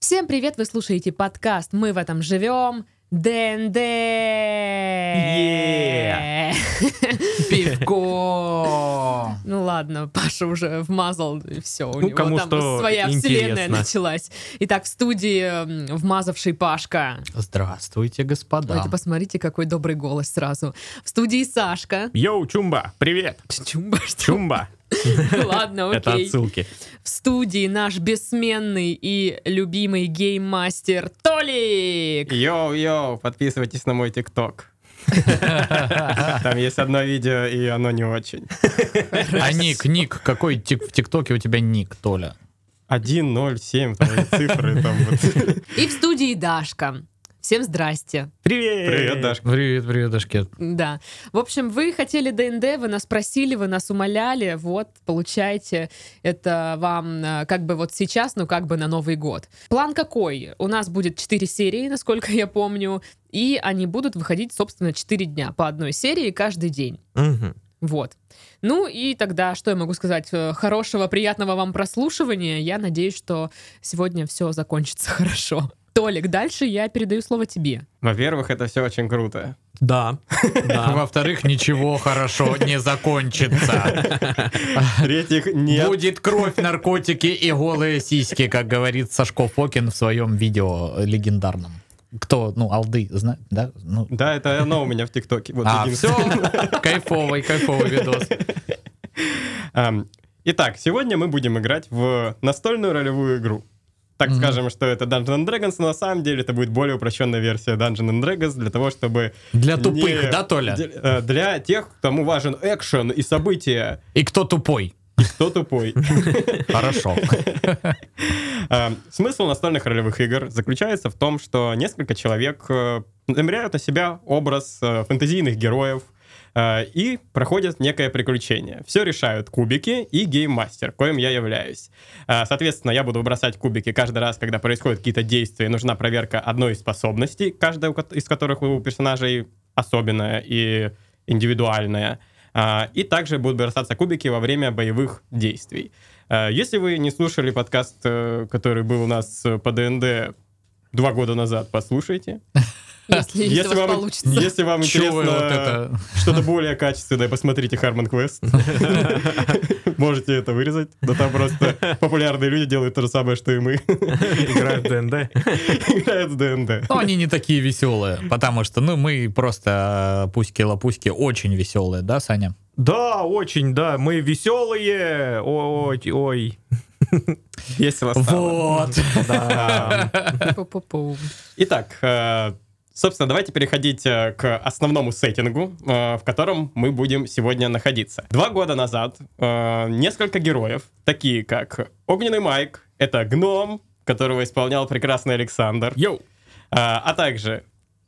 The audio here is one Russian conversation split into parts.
Всем привет, вы слушаете подкаст «Мы в этом живем». ДНД! Е. Пивко! Ну ладно, Паша уже вмазал, и все, у Ну, него кому там что своя вселенная интересно. началась. Итак, в студии м, вмазавший Пашка. Здравствуйте, господа. Давайте посмотрите, какой добрый голос сразу. В студии Сашка. Йоу, Чумба, привет! Чумба, что? Чумба! Ладно, Это окей. отсылки. В студии наш бессменный и любимый гейммастер Толик. Йоу-йоу, подписывайтесь на мой ТикТок. Там есть одно видео, и оно не очень. А ник, ник, какой тик- в ТикТоке у тебя ник, Толя? 1, 0, 7, твои цифры там вот. И в студии Дашка. Всем здрасте. Привет! Привет, Дашка. Привет, привет, Ашкет. Да. В общем, вы хотели ДНД, вы нас просили, вы нас умоляли. Вот, получайте. Это вам э, как бы вот сейчас, ну как бы на Новый год. План какой? У нас будет 4 серии, насколько я помню. И они будут выходить, собственно, 4 дня по одной серии каждый день. Мгм. Вот. Ну и тогда, что я могу сказать? Э, Хорошего, приятного вам прослушивания. Я надеюсь, что сегодня все закончится хорошо. Толик, дальше я передаю слово тебе. Во-первых, это все очень круто. Да. Да. Во-вторых, ничего хорошо не закончится. В-третьих, нет. Будет кровь, наркотики и голые сиськи, как говорит Сашко Фокин в своем видео легендарном. Кто, ну, Алды, знает, да? Ну, Да, это оно у меня в ТикТоке. Вот а, все, единственное. кайфовый, кайфовый видос. Ам, Итак, сегодня мы будем играть в настольную ролевую игру. Так Мгм. скажем, что это Dungeon and Dragons, но на самом деле это будет более упрощенная версия Dungeon and Dragons для того, чтобы... Для не- тупых, да, Толя? де- э, Для тех, кому важен экшен и события. И кто тупой? И кто тупой. Хорошо. А, Смысл настольных ролевых игр заключается в том, что несколько человек э, намеряют на себя образ э, фэнтезийных героев э, и проходят некое приключение. Все решают кубики и гейммастер, коим я являюсь. А, Соответственно, я буду бросать кубики каждый раз, когда происходят какие-то действия, и нужна проверка одной из способностей, каждая у кот- из которых у персонажей особенная и индивидуальная. А, И также будут бросаться кубики во время боевых действий. Э, Если вы не слушали подкаст, э, который был у нас э, по ДНД два года назад, послушайте. Если, если у вас вам, получится. если вам Чё вы интересно вот это? что-то более качественное, посмотрите Харман Квест. Можете это вырезать. Да там просто популярные люди делают то же самое, что и мы. Играют в ДНД. Играют в ДНД. Ну, они не такие веселые, потому что, ну, мы просто э, пуськи-лопуськи очень веселые, да, Саня? Да, очень, да. Мы веселые. Ой, ой. Весело стало. Вот. а, Да. Пу-пу-пу. Итак, э, собственно, давайте переходить э, к основному сеттингу, э, в котором мы будем сегодня находиться. Два года назад э, несколько героев, такие как Огненный Майк, это гном, которого исполнял прекрасный Александр, Йоу. э, а также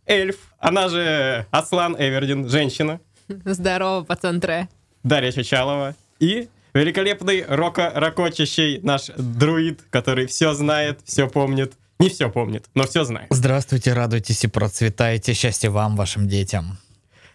эльф, она же Аслан Эвердин, женщина, Здорово, пацан Тре. Дарья Чучалова и великолепный рока рокочащий наш друид, который все знает, все помнит, не все помнит, но все знает. Здравствуйте, радуйтесь и процветайте. Счастья вам, вашим детям.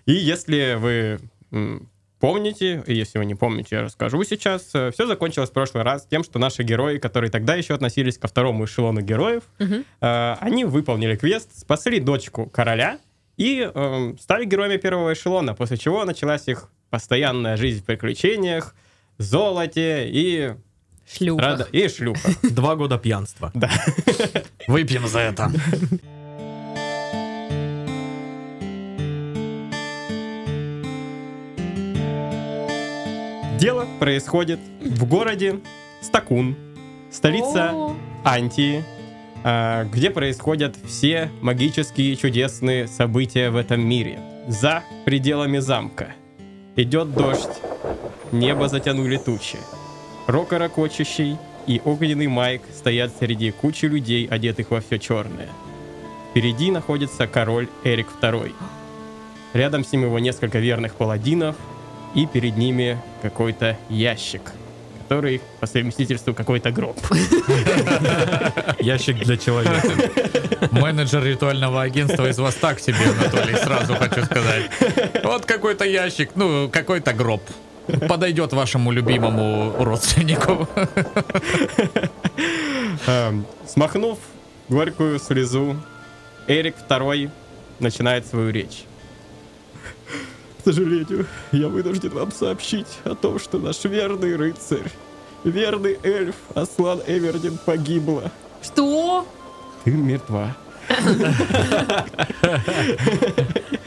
И если вы м, помните, и если вы не помните, я расскажу сейчас, все закончилось в прошлый раз тем, что наши герои, которые тогда еще относились ко второму эшелону героев, Мгм. э, они выполнили квест, спасли дочку короля и эм, стали героями первого эшелона, после чего началась их постоянная жизнь в приключениях, золоте и, Шлюха. рада- и шлюхах. Два года пьянства. Выпьем за это. Дело происходит в городе Стакун, столица О, Антии, а, где происходят все магические чудесные события в этом мире. За пределами замка. Идет дождь, небо затянули тучи. Рокорокочущий и огненный Майк стоят среди кучи людей, одетых во все черное. Впереди находится король Эрик II. Рядом с ним его несколько верных паладинов, и перед ними какой-то ящик, который по совместительству какой-то гроб. Ящик для человека. Менеджер ритуального агентства из вас так себе, Анатолий, сразу хочу сказать. Вот какой-то ящик, ну, какой-то гроб. Подойдет вашему любимому родственнику. Эм, Смахнув горькую слезу, Эрик II начинает свою речь. К сожалению, я вынужден вам сообщить о том, что наш верный рыцарь, верный эльф Аслан Эвердин погибла. Что? Ты мертва.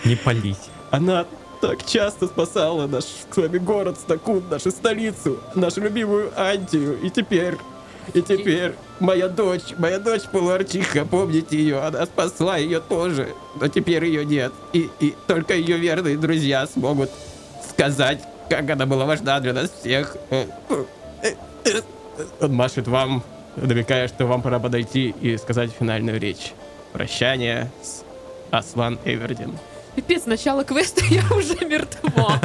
Не палить. Она так часто спасала наш с вами город Стакун, нашу столицу, нашу любимую Антию. И теперь, и теперь моя дочь, моя дочь полуарчиха, помните ее, она спасла ее тоже. Но теперь ее нет. И, и только ее верные друзья смогут сказать, как она была важна для нас всех. Он машет вам, намекая, что вам пора подойти и сказать финальную речь. Прощание с Аслан Эвердин. Пипец, начало квеста, я уже мертва.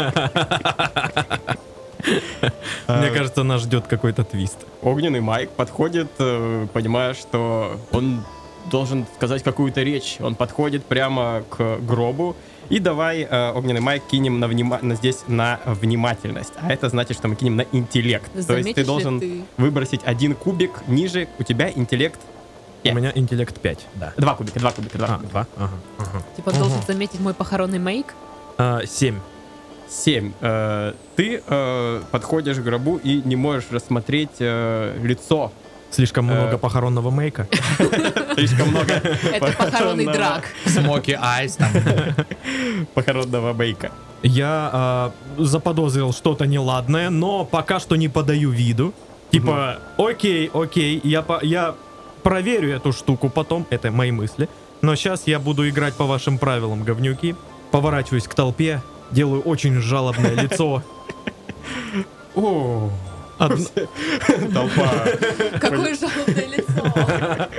Мне А, кажется, нас ждет какой-то твист. Огненный Майк подходит, э, понимая, что он должен сказать какую-то речь. Он подходит прямо к гробу. И давай, э, Огненный Майк, кинем на внима- на здесь на внимательность. А это значит, что мы кинем на интеллект. То есть Заметишь ты ли должен ты? выбросить один кубик ниже, у тебя интеллект... У меня интеллект 5, да. Два кубика, два кубика, два А, кубика. два? Ага. ага. Типа должен заметить мой похоронный мейк. А, семь. Семь. Э, ты э, подходишь к гробу и не можешь рассмотреть э, лицо. Слишком Э. много похоронного мейка. Слишком много Это похоронный драк. Смоки Айс там. похоронного бейка. Я а, заподозрил что-то неладное, но пока что не подаю виду. Типа, окей, окей, я, по- я проверю эту штуку потом, это мои мысли. Но сейчас я буду играть по вашим правилам, говнюки. Поворачиваюсь к толпе, делаю очень жалобное лицо. О, Од- толпа. Какое жалобное лицо.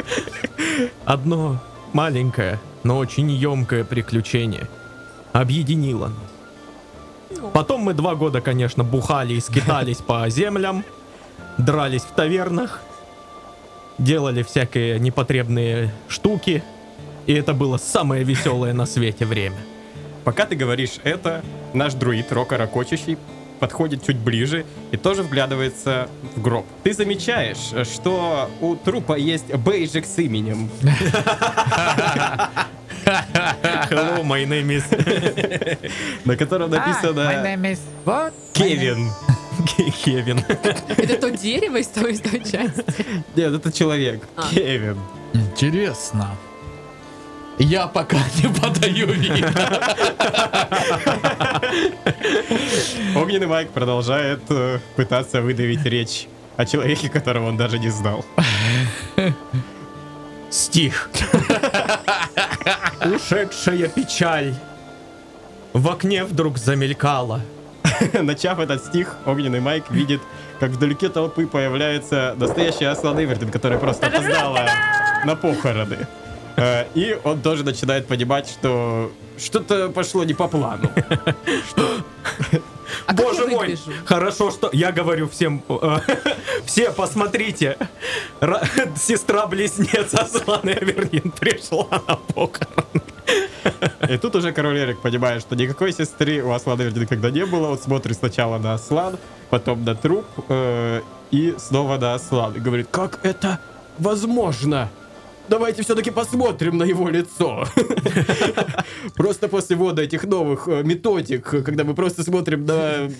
Одно маленькое, но очень емкое приключение объединило нас. Потом мы два года, конечно, бухали и скитались по землям, дрались в тавернах, делали всякие непотребные штуки, и это было самое веселое на свете время. Пока ты говоришь это, наш друид, Рока Рокочущий, подходит чуть ближе и тоже вглядывается в гроб. Ты замечаешь, что у трупа есть бейджик с именем. Hello, my name is... на котором А, написано Кевин. Кевин. Это то дерево из той из той части. Нет, это человек. А. Кевин. Интересно. Я пока не подаю вид. Огненный Майк продолжает э, пытаться выдавить речь о человеке, которого он даже не знал. Стих. Ушедшая печаль. В окне вдруг замелькала. Начав этот стих, Огненный Майк видит, как вдалеке толпы появляется настоящая Аслан Эвертон, которая просто опоздала на похороны. Э, И он тоже начинает понимать, что что-то пошло не по плану. А как я Боже мой, выгляжу? хорошо, что я говорю всем, э, все посмотрите, Ра- сестра-близнец Аслан Эвернин пришла на похорон. И тут уже король Эрик понимает, что никакой сестры у Аслана Эвертон никогда не было. Он смотрит сначала на Аслан, потом на труп э, и снова на Аслан. И говорит, как это возможно? Давайте все-таки посмотрим на его лицо. Просто после ввода этих новых э, методик, э, когда мы просто смотрим на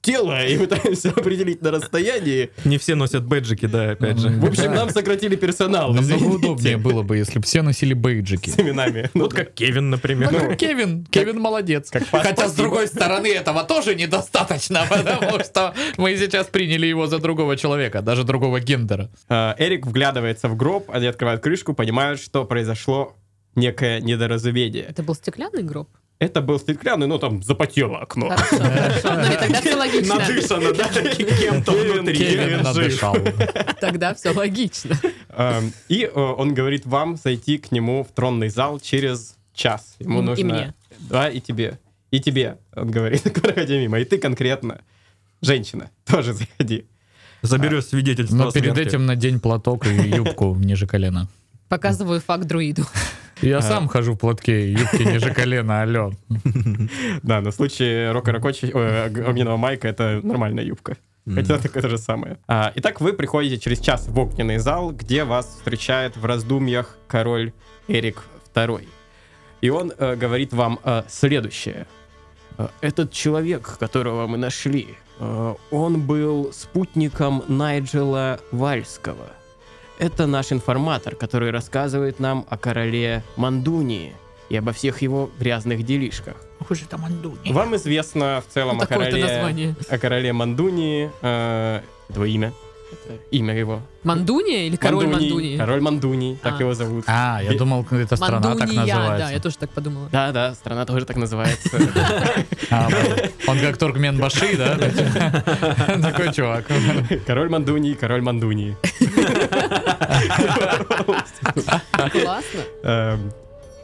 тело и пытаемся определить на расстоянии. Не все носят бэджики, да, опять же. В общем, нам сократили персонал. Намного извините. удобнее было бы, если бы все носили С бейджики. именами. Вот как Кевин, Ну, например. как Кевин, Кевин молодец. Хотя, с другой стороны, этого тоже недостаточно, потому что мы сейчас приняли его за другого человека, даже другого гендера. Э, Эрик вглядывается в гроб, они открывают крышку, понимают, что произошло некое недоразумение. Это был стеклянный гроб? Это был стеклянный, ну там запотело окно. Хорошо, хорошо. Ну и тогда все логично. Надышано, да, кем-то внутри. Кевин надышал. Тогда все логично. Эм, И э, он говорит вам зайти к нему в тронный зал через час. Ему И- и нужно... мне. Да, и тебе. И тебе, он говорит, проходи мимо. И ты конкретно, женщина, тоже заходи. Заберешь свидетельство Но о перед смерти. этим надень платок и юбку ниже колена. Показываю факт друиду. Я сам хожу в платке и юбке ниже колена, алло. э, Да, на случай рока рокочи огненного майка это нормальная юбка. Хотя так это же самое. А, Итак, вы приходите через час в огненный зал, где вас встречает в раздумьях король Эрик II. И он э, говорит вам э, следующее. Э, Этот человек, которого мы нашли, э, он был спутником Найджела Вальского. Это наш информатор, который рассказывает нам о короле Мандунии и обо всех его грязных делишках. Вам известно в целом Ну, о такое-то короле, название. о короле Мандунии, э, его имя, это имя его. Мандуния или король Мандуний, Мандунии? Король Мандунии, так А. его зовут. А, я думал, это страна так Мандуния, да, я называется. тоже так подумала. Да, да, страна тоже так называется. А, Он как Туркмен Баши, да? Такой чувак. Король Мандунии, король Мандунии. Классно. Эм,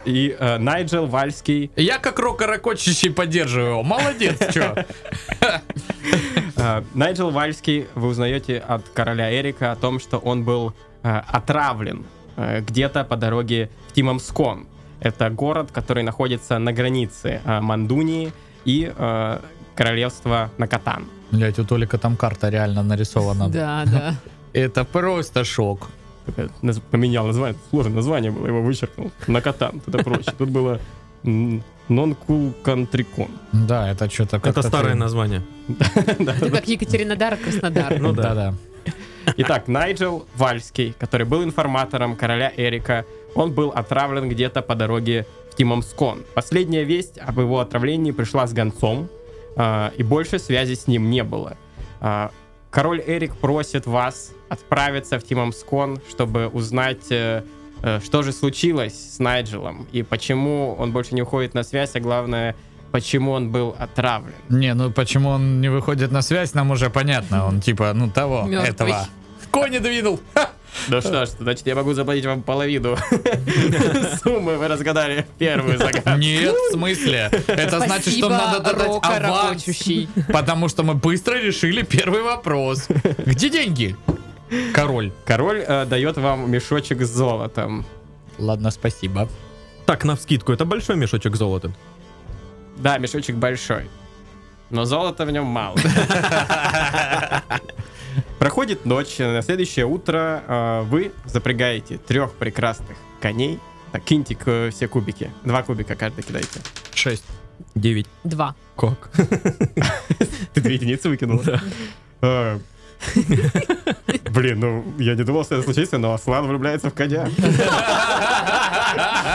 И э, Найджел Вальский Я как рок-рокочущий поддерживаю его. Молодец, чё. А, Найджел Вальский, вы узнаете от короля Эрика о том, что он был э, отравлен э, где-то по дороге в Тимомскон. Это город, который находится на границе э, Мандунии и э, королевства Накатан. Блять, у Толика там карта реально нарисована. Да, да. Это просто шок. Только наз- Поменял название, сложное название было, его вычеркнул. Накатан, это проще. Тут было Нонкул Кантрикон. Да, это что-то как-то... Это старое ты- название. Это как Екатеринодар, и Краснодар. Ну да. Да-да. Итак, Найджел Вальский, который был информатором короля Эрика, он был отравлен где-то по дороге в Тимомскон. Последняя весть об его отравлении пришла с гонцом, а, и больше связи с ним не было. А, Король Эрик просит вас отправиться в Тимомскон, чтобы узнать, э, э, что же случилось с Найджелом, и почему он больше не уходит на связь, а главное, почему он был отравлен. Не, ну почему он не выходит на связь, нам уже понятно. Он типа, ну того, Мёртвый. этого. Кони двинул. Да Ну что ж, значит, я могу заплатить вам половину суммы, вы разгадали первую загадку. Нет, в смысле? Это значит, Спасибо, что надо дать Рока аванс. Рокочущий. Потому что мы быстро решили первый вопрос. Где деньги? Король. Король э, дает вам мешочек с золотом. Ладно, спасибо. Так, навскидку, это большой мешочек золота. Да, мешочек большой. Но золота в нем мало. Проходит ночь, э, на следующее утро э, вы запрягаете трех прекрасных коней. Так, киньте к- э, все кубики. Два кубика каждый кидайте. Шесть. Девять. Два. Как? Ты две единицы выкинул? Э, Блин, ну, я не думал, что это случится, но Аслан влюбляется в коня.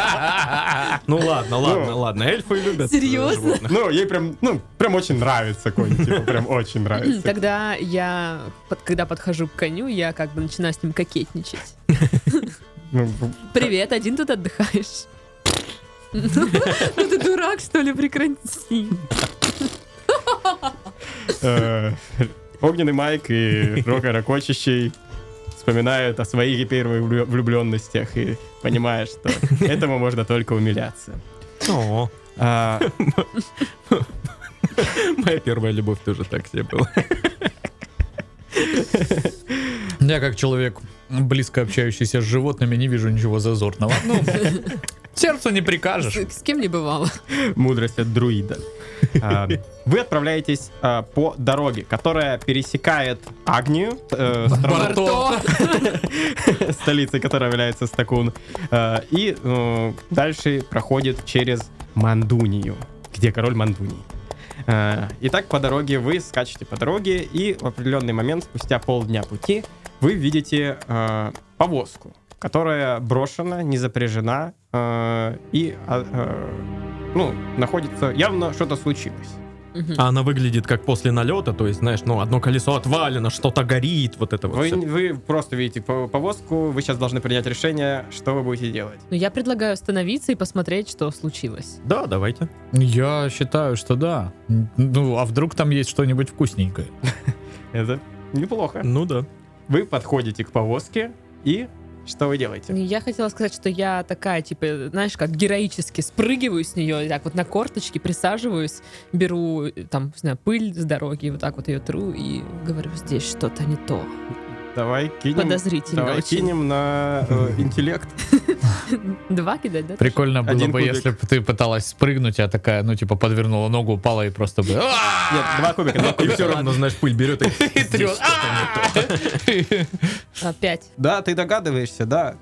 Ну ладно, ладно, Ну. ладно. Эльфы любят. э, Серьезно? животных. Ну, ей прям, ну, прям очень нравится конь, типа, прям очень нравится. Тогда я, под- когда подхожу к коню, я как бы начинаю с ним кокетничать. Ну, Привет, один тут отдыхаешь. Ну ну ты дурак, что ли, прекрати. э, Огненный Майк и Рока Рокочущий вспоминают о своих первых влю- влюбленностях и понимают, что этому можно только умиляться. О, А, моя первая любовь тоже так себе была. Я как человек, близко общающийся с животными, не вижу ничего зазорного. Ну, сердцу не прикажешь. С с кем не бывало. мудрость от друида. А, Вы отправляетесь а, по дороге, которая пересекает Агнию, э, страну- Барто. столицей которой является Стакун, Э, и э, дальше проходит через Мандунию, где король Мандуний. Э, Итак, по дороге вы скачете по дороге, и в определенный момент, спустя полдня пути, вы видите э, повозку, которая брошена, не запряжена, э, и а, э, ну, находится... Явно что-то случилось. Мгм. А она выглядит как после налета, то есть, знаешь, ну, одно колесо отвалено, что-то горит, вот это вот Вы, всё. вы просто видите по- повозку, вы сейчас должны принять решение, что вы будете делать. Ну, я предлагаю остановиться и посмотреть, что случилось. Да, давайте. Я считаю, что да. Ну, а вдруг там есть что-нибудь вкусненькое? Это неплохо. Ну да. Вы подходите к повозке и что вы делаете? Ну, Я хотела сказать, что я такая, типа, знаешь, как героически спрыгиваю с нее, и так вот на корточки присаживаюсь, беру, э, там, не знаю, пыль с дороги, и вот так вот ее тру и говорю, здесь что-то не то. Давай кинем. Подозрительно Давай очень. кинем на э, интеллект. Два кидать, да? Прикольно было Один бы, кубик. если бы ты пыталась спрыгнуть, а такая, ну, типа, подвернула ногу, упала и просто бы... «А, «Ааа!» Нет, два кубика, два И кубика. все равно, знаешь, пыль берет и... И трёт. А, Пять. Да, ты догадываешься, да.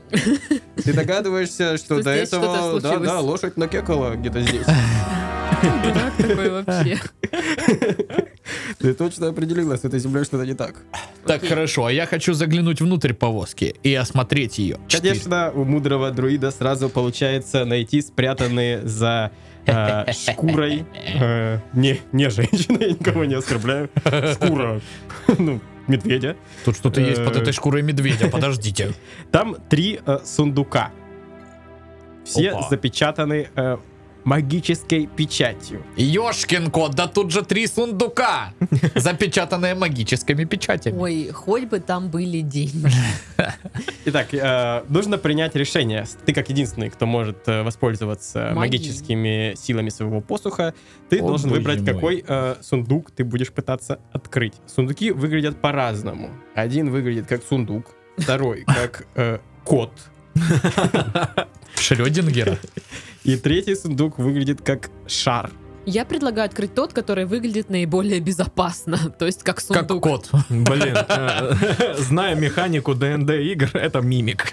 Ты догадываешься, что Что до здесь этого... что-то Да, да, случилось. лошадь накекала где-то здесь. Как такое вообще? Ты точно определила, с этой землей что-то не так. Так, хорошо, а я хочу заглянуть внутрь повозки и осмотреть ее. Конечно, у мудрого друида сразу получается найти спрятанные за э, шкурой... э, не, не женщины, я никого не оскорбляю. Шкура, ну, медведя. Тут что-то есть под Э. этой шкурой медведя, подождите. Там три э, сундука. Все Опа. запечатаны э, магической печатью. Ёшкин кот, да тут же три сундука, запечатанные магическими печатями. Ой, хоть бы там были деньги. Итак, э, нужно принять решение. Ты как единственный, кто может э, воспользоваться Магией. магическими силами своего посуха, ты О, должен боже выбрать, мой. какой э, сундук ты будешь пытаться открыть. Сундуки выглядят по-разному. Один выглядит как сундук, второй как э, кот, Шрёдингера. и третий сундук выглядит как шар. Я предлагаю открыть тот, который выглядит наиболее безопасно, то есть как Как сундук. кот. Блин, э, зная механику ДНД игр, это мимик.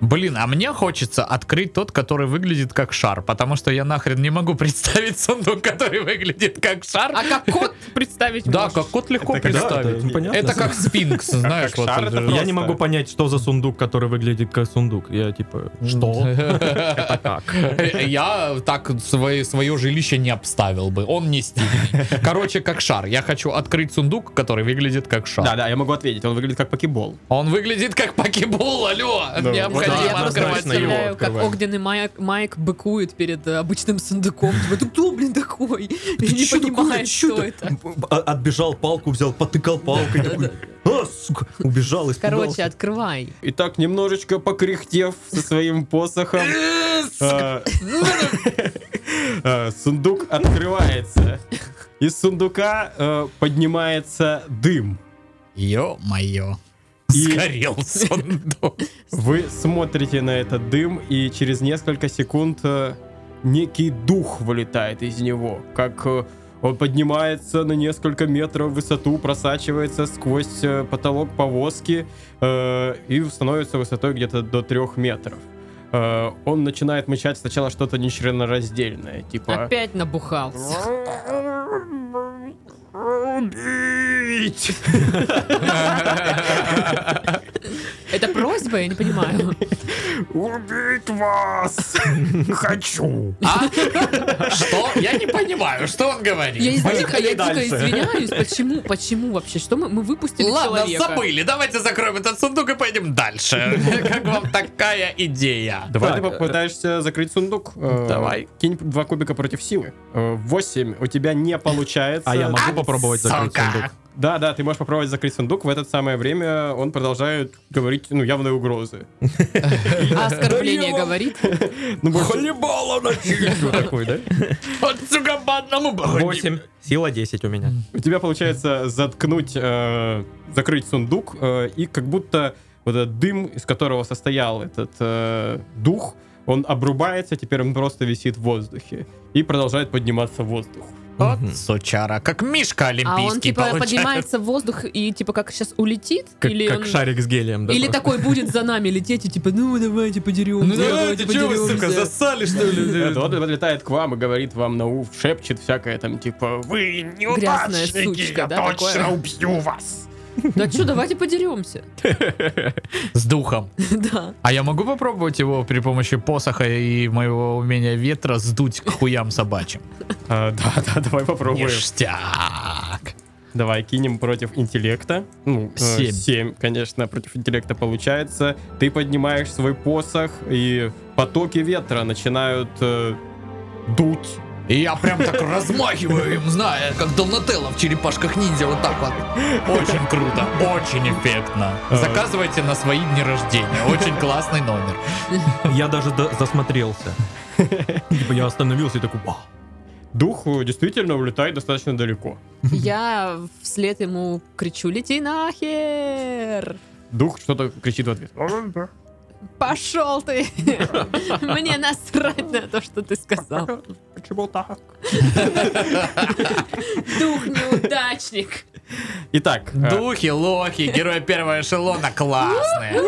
Блин, а мне хочется открыть тот, который выглядит как шар, потому что я нахрен не могу представить сундук, который выглядит как шар. А как кот представить Да, можешь? как кот легко Это как- представить. да, это понятно. Это как спинкс, знаешь, как вот. шар, это это же- Я просто. не могу понять, что за сундук, который выглядит как сундук. Я типа, что? Что? Как? Я так свое, свое жилище не обставил бы. Он не стильный. Короче, как шар. Я хочу открыть сундук, который выглядит как шар. Да, да, я могу ответить. Он выглядит как покебол. Он выглядит как покебол, алло! Да, Я Необходимо да, просто открывать однозначно его представляю, как открываем. огненный майк, майк быкует перед э, обычным сундуком. Типа, ты кто, блин, такой? И не чё такое? понимает, Чё что ты? это. А- Отбежал палку, взял, потыкал палкой. такой, «А, сука!» Убежал, Короче, испугался. открывай. Итак, немножечко покряхтев со своим посохом, э, э, сундук открывается. Из сундука э, поднимается дым. Ё-моё. И- Сгорел сундук. Вы смотрите на этот дым, и через несколько секунд э, некий дух вылетает из него, как э, он поднимается на несколько метров в высоту, просачивается сквозь э, потолок повозки э, и становится высотой где-то до трех метров. Э, он начинает мычать сначала что-то нечленораздельное, А? типа... Опять набухался. «Убить!» Это просьба, я не понимаю. Убить вас! Хочу! А? Что? Я не понимаю, что он говорит. Я, из- дико- Поехали я дико дальше. извиняюсь. Почему? Почему вообще? Что мы, мы выпустили Ладно, человека? забыли. Давайте закроем этот сундук и пойдем дальше. Как вам такая идея? Давай Так, ты попытаешься закрыть сундук. Э, Давай. Кинь два кубика против силы. Э, Восемь. У тебя не получается. А я могу попробовать закрыть Сука. сундук? Да, да, ты можешь попробовать закрыть сундук. В это самое время он продолжает говорить, ну, явные угрозы. А оскорбление Да я- говорит? Ну, больше- Хлебало начистил такой, да? Вот, ну сука, по одному бы. 8. Сила 10 у меня. у тебя получается заткнуть, э, закрыть сундук, э, и как будто вот этот дым, из которого состоял этот э, дух, он обрубается, теперь он просто висит в воздухе и продолжает подниматься в воздух. Вот Мгм. сучара, как мишка А олимпийский он типа получается. поднимается в воздух и типа как сейчас улетит? Как, или как он... шарик с гелием, да? Или просто. такой будет за нами лететь и типа, ну давайте подеремся, Ну давайте, давайте, чё вы, сука, подеремся». засали, что ли? Это вот подлетает к вам и говорит вам на уф, шепчет всякое там, типа, вы Грязная неудачники, сучка, я да, точно такое? убью вас. Да что, давайте подеремся. С духом. Да. А я могу попробовать его при помощи посоха и моего умения ветра сдуть к хуям собачьим? А, Да, да, давай попробуем. Ништяк. Давай кинем против интеллекта. Ну, э, Семь. семь, конечно, против интеллекта получается. Ты поднимаешь свой посох, и потоки ветра начинают э, дуть. И я прям так размахиваю им, зная, как Донателло в черепашках ниндзя вот так вот. Очень круто, очень эффектно. Заказывайте на свои дни рождения. Очень классный номер. Я даже до- засмотрелся. Типа я остановился и такой, «Вау». Дух э, действительно улетает достаточно далеко. Я вслед ему кричу, лети нахер! Дух что-то кричит в ответ. Пошел ты! Мне насрать на то, что ты сказал. Почему так? Дух неудачник. Итак, э, Духи, лохи, герои первого эшелона классные.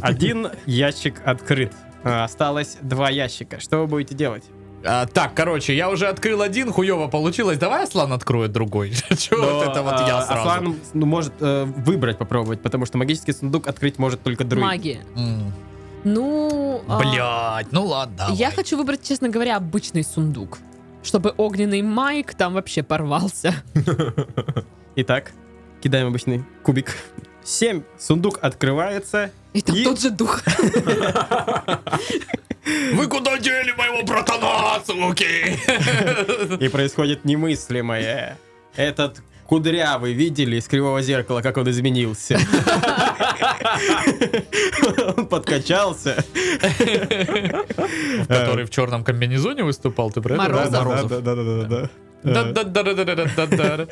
один ящик открыт. Э, Осталось два ящика. Что вы будете делать? А, так, короче, я уже открыл один, хуево получилось. Давай Аслан откроет другой. Чего вот Но, это вот э, я сразу? Аслан ну, может э, выбрать попробовать, потому что магический сундук открыть может только друид. Магия. М, Ну, а, Блядь, ну ладно. я давай. хочу выбрать, честно говоря, обычный сундук. Чтобы огненный майк там вообще порвался. Итак, кидаем обычный кубик. 7. Сундук открывается. И там И- тот же дух. Вы куда дели моего братана, суки? И происходит немыслимое. Этот кудрявый, видели из кривого зеркала, как он изменился? Он подкачался. Который в черном комбинезоне выступал, ты про это? Мороз. Да, Морозов. Да, да, да, да, да, да. Э, Да-да-да-да-да-да-да.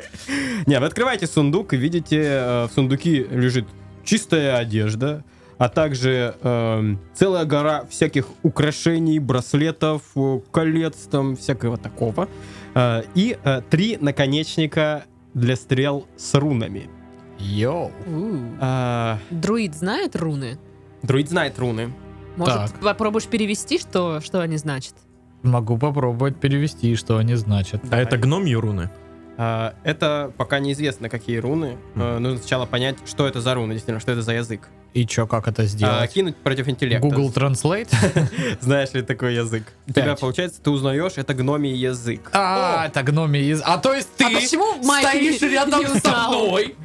Не, вы открываете сундук и видите, э, в сундуке лежит чистая одежда, а также эм, целая гора всяких украшений, браслетов, э, колец, там всякого такого. Э, и э, три наконечника для стрел с рунами. Йоу. У. А, Друид знает руны? Друид знает руны. Может, Так. попробуешь перевести, что, что они значат? Могу попробовать перевести, что они значат. А это гномьи руны? А, это пока неизвестно, какие руны. Э, нужно сначала понять, что это за руны, действительно, что это за язык. И чё, как это А, сделать? кинуть против интеллекта. Google Translate? Знаешь ли такой язык? У тебя, Пять. получается, ты узнаешь, это гномий язык. А, это гномий язык. А то есть ты А почему Майк стоишь не- рядом не со узнал? мной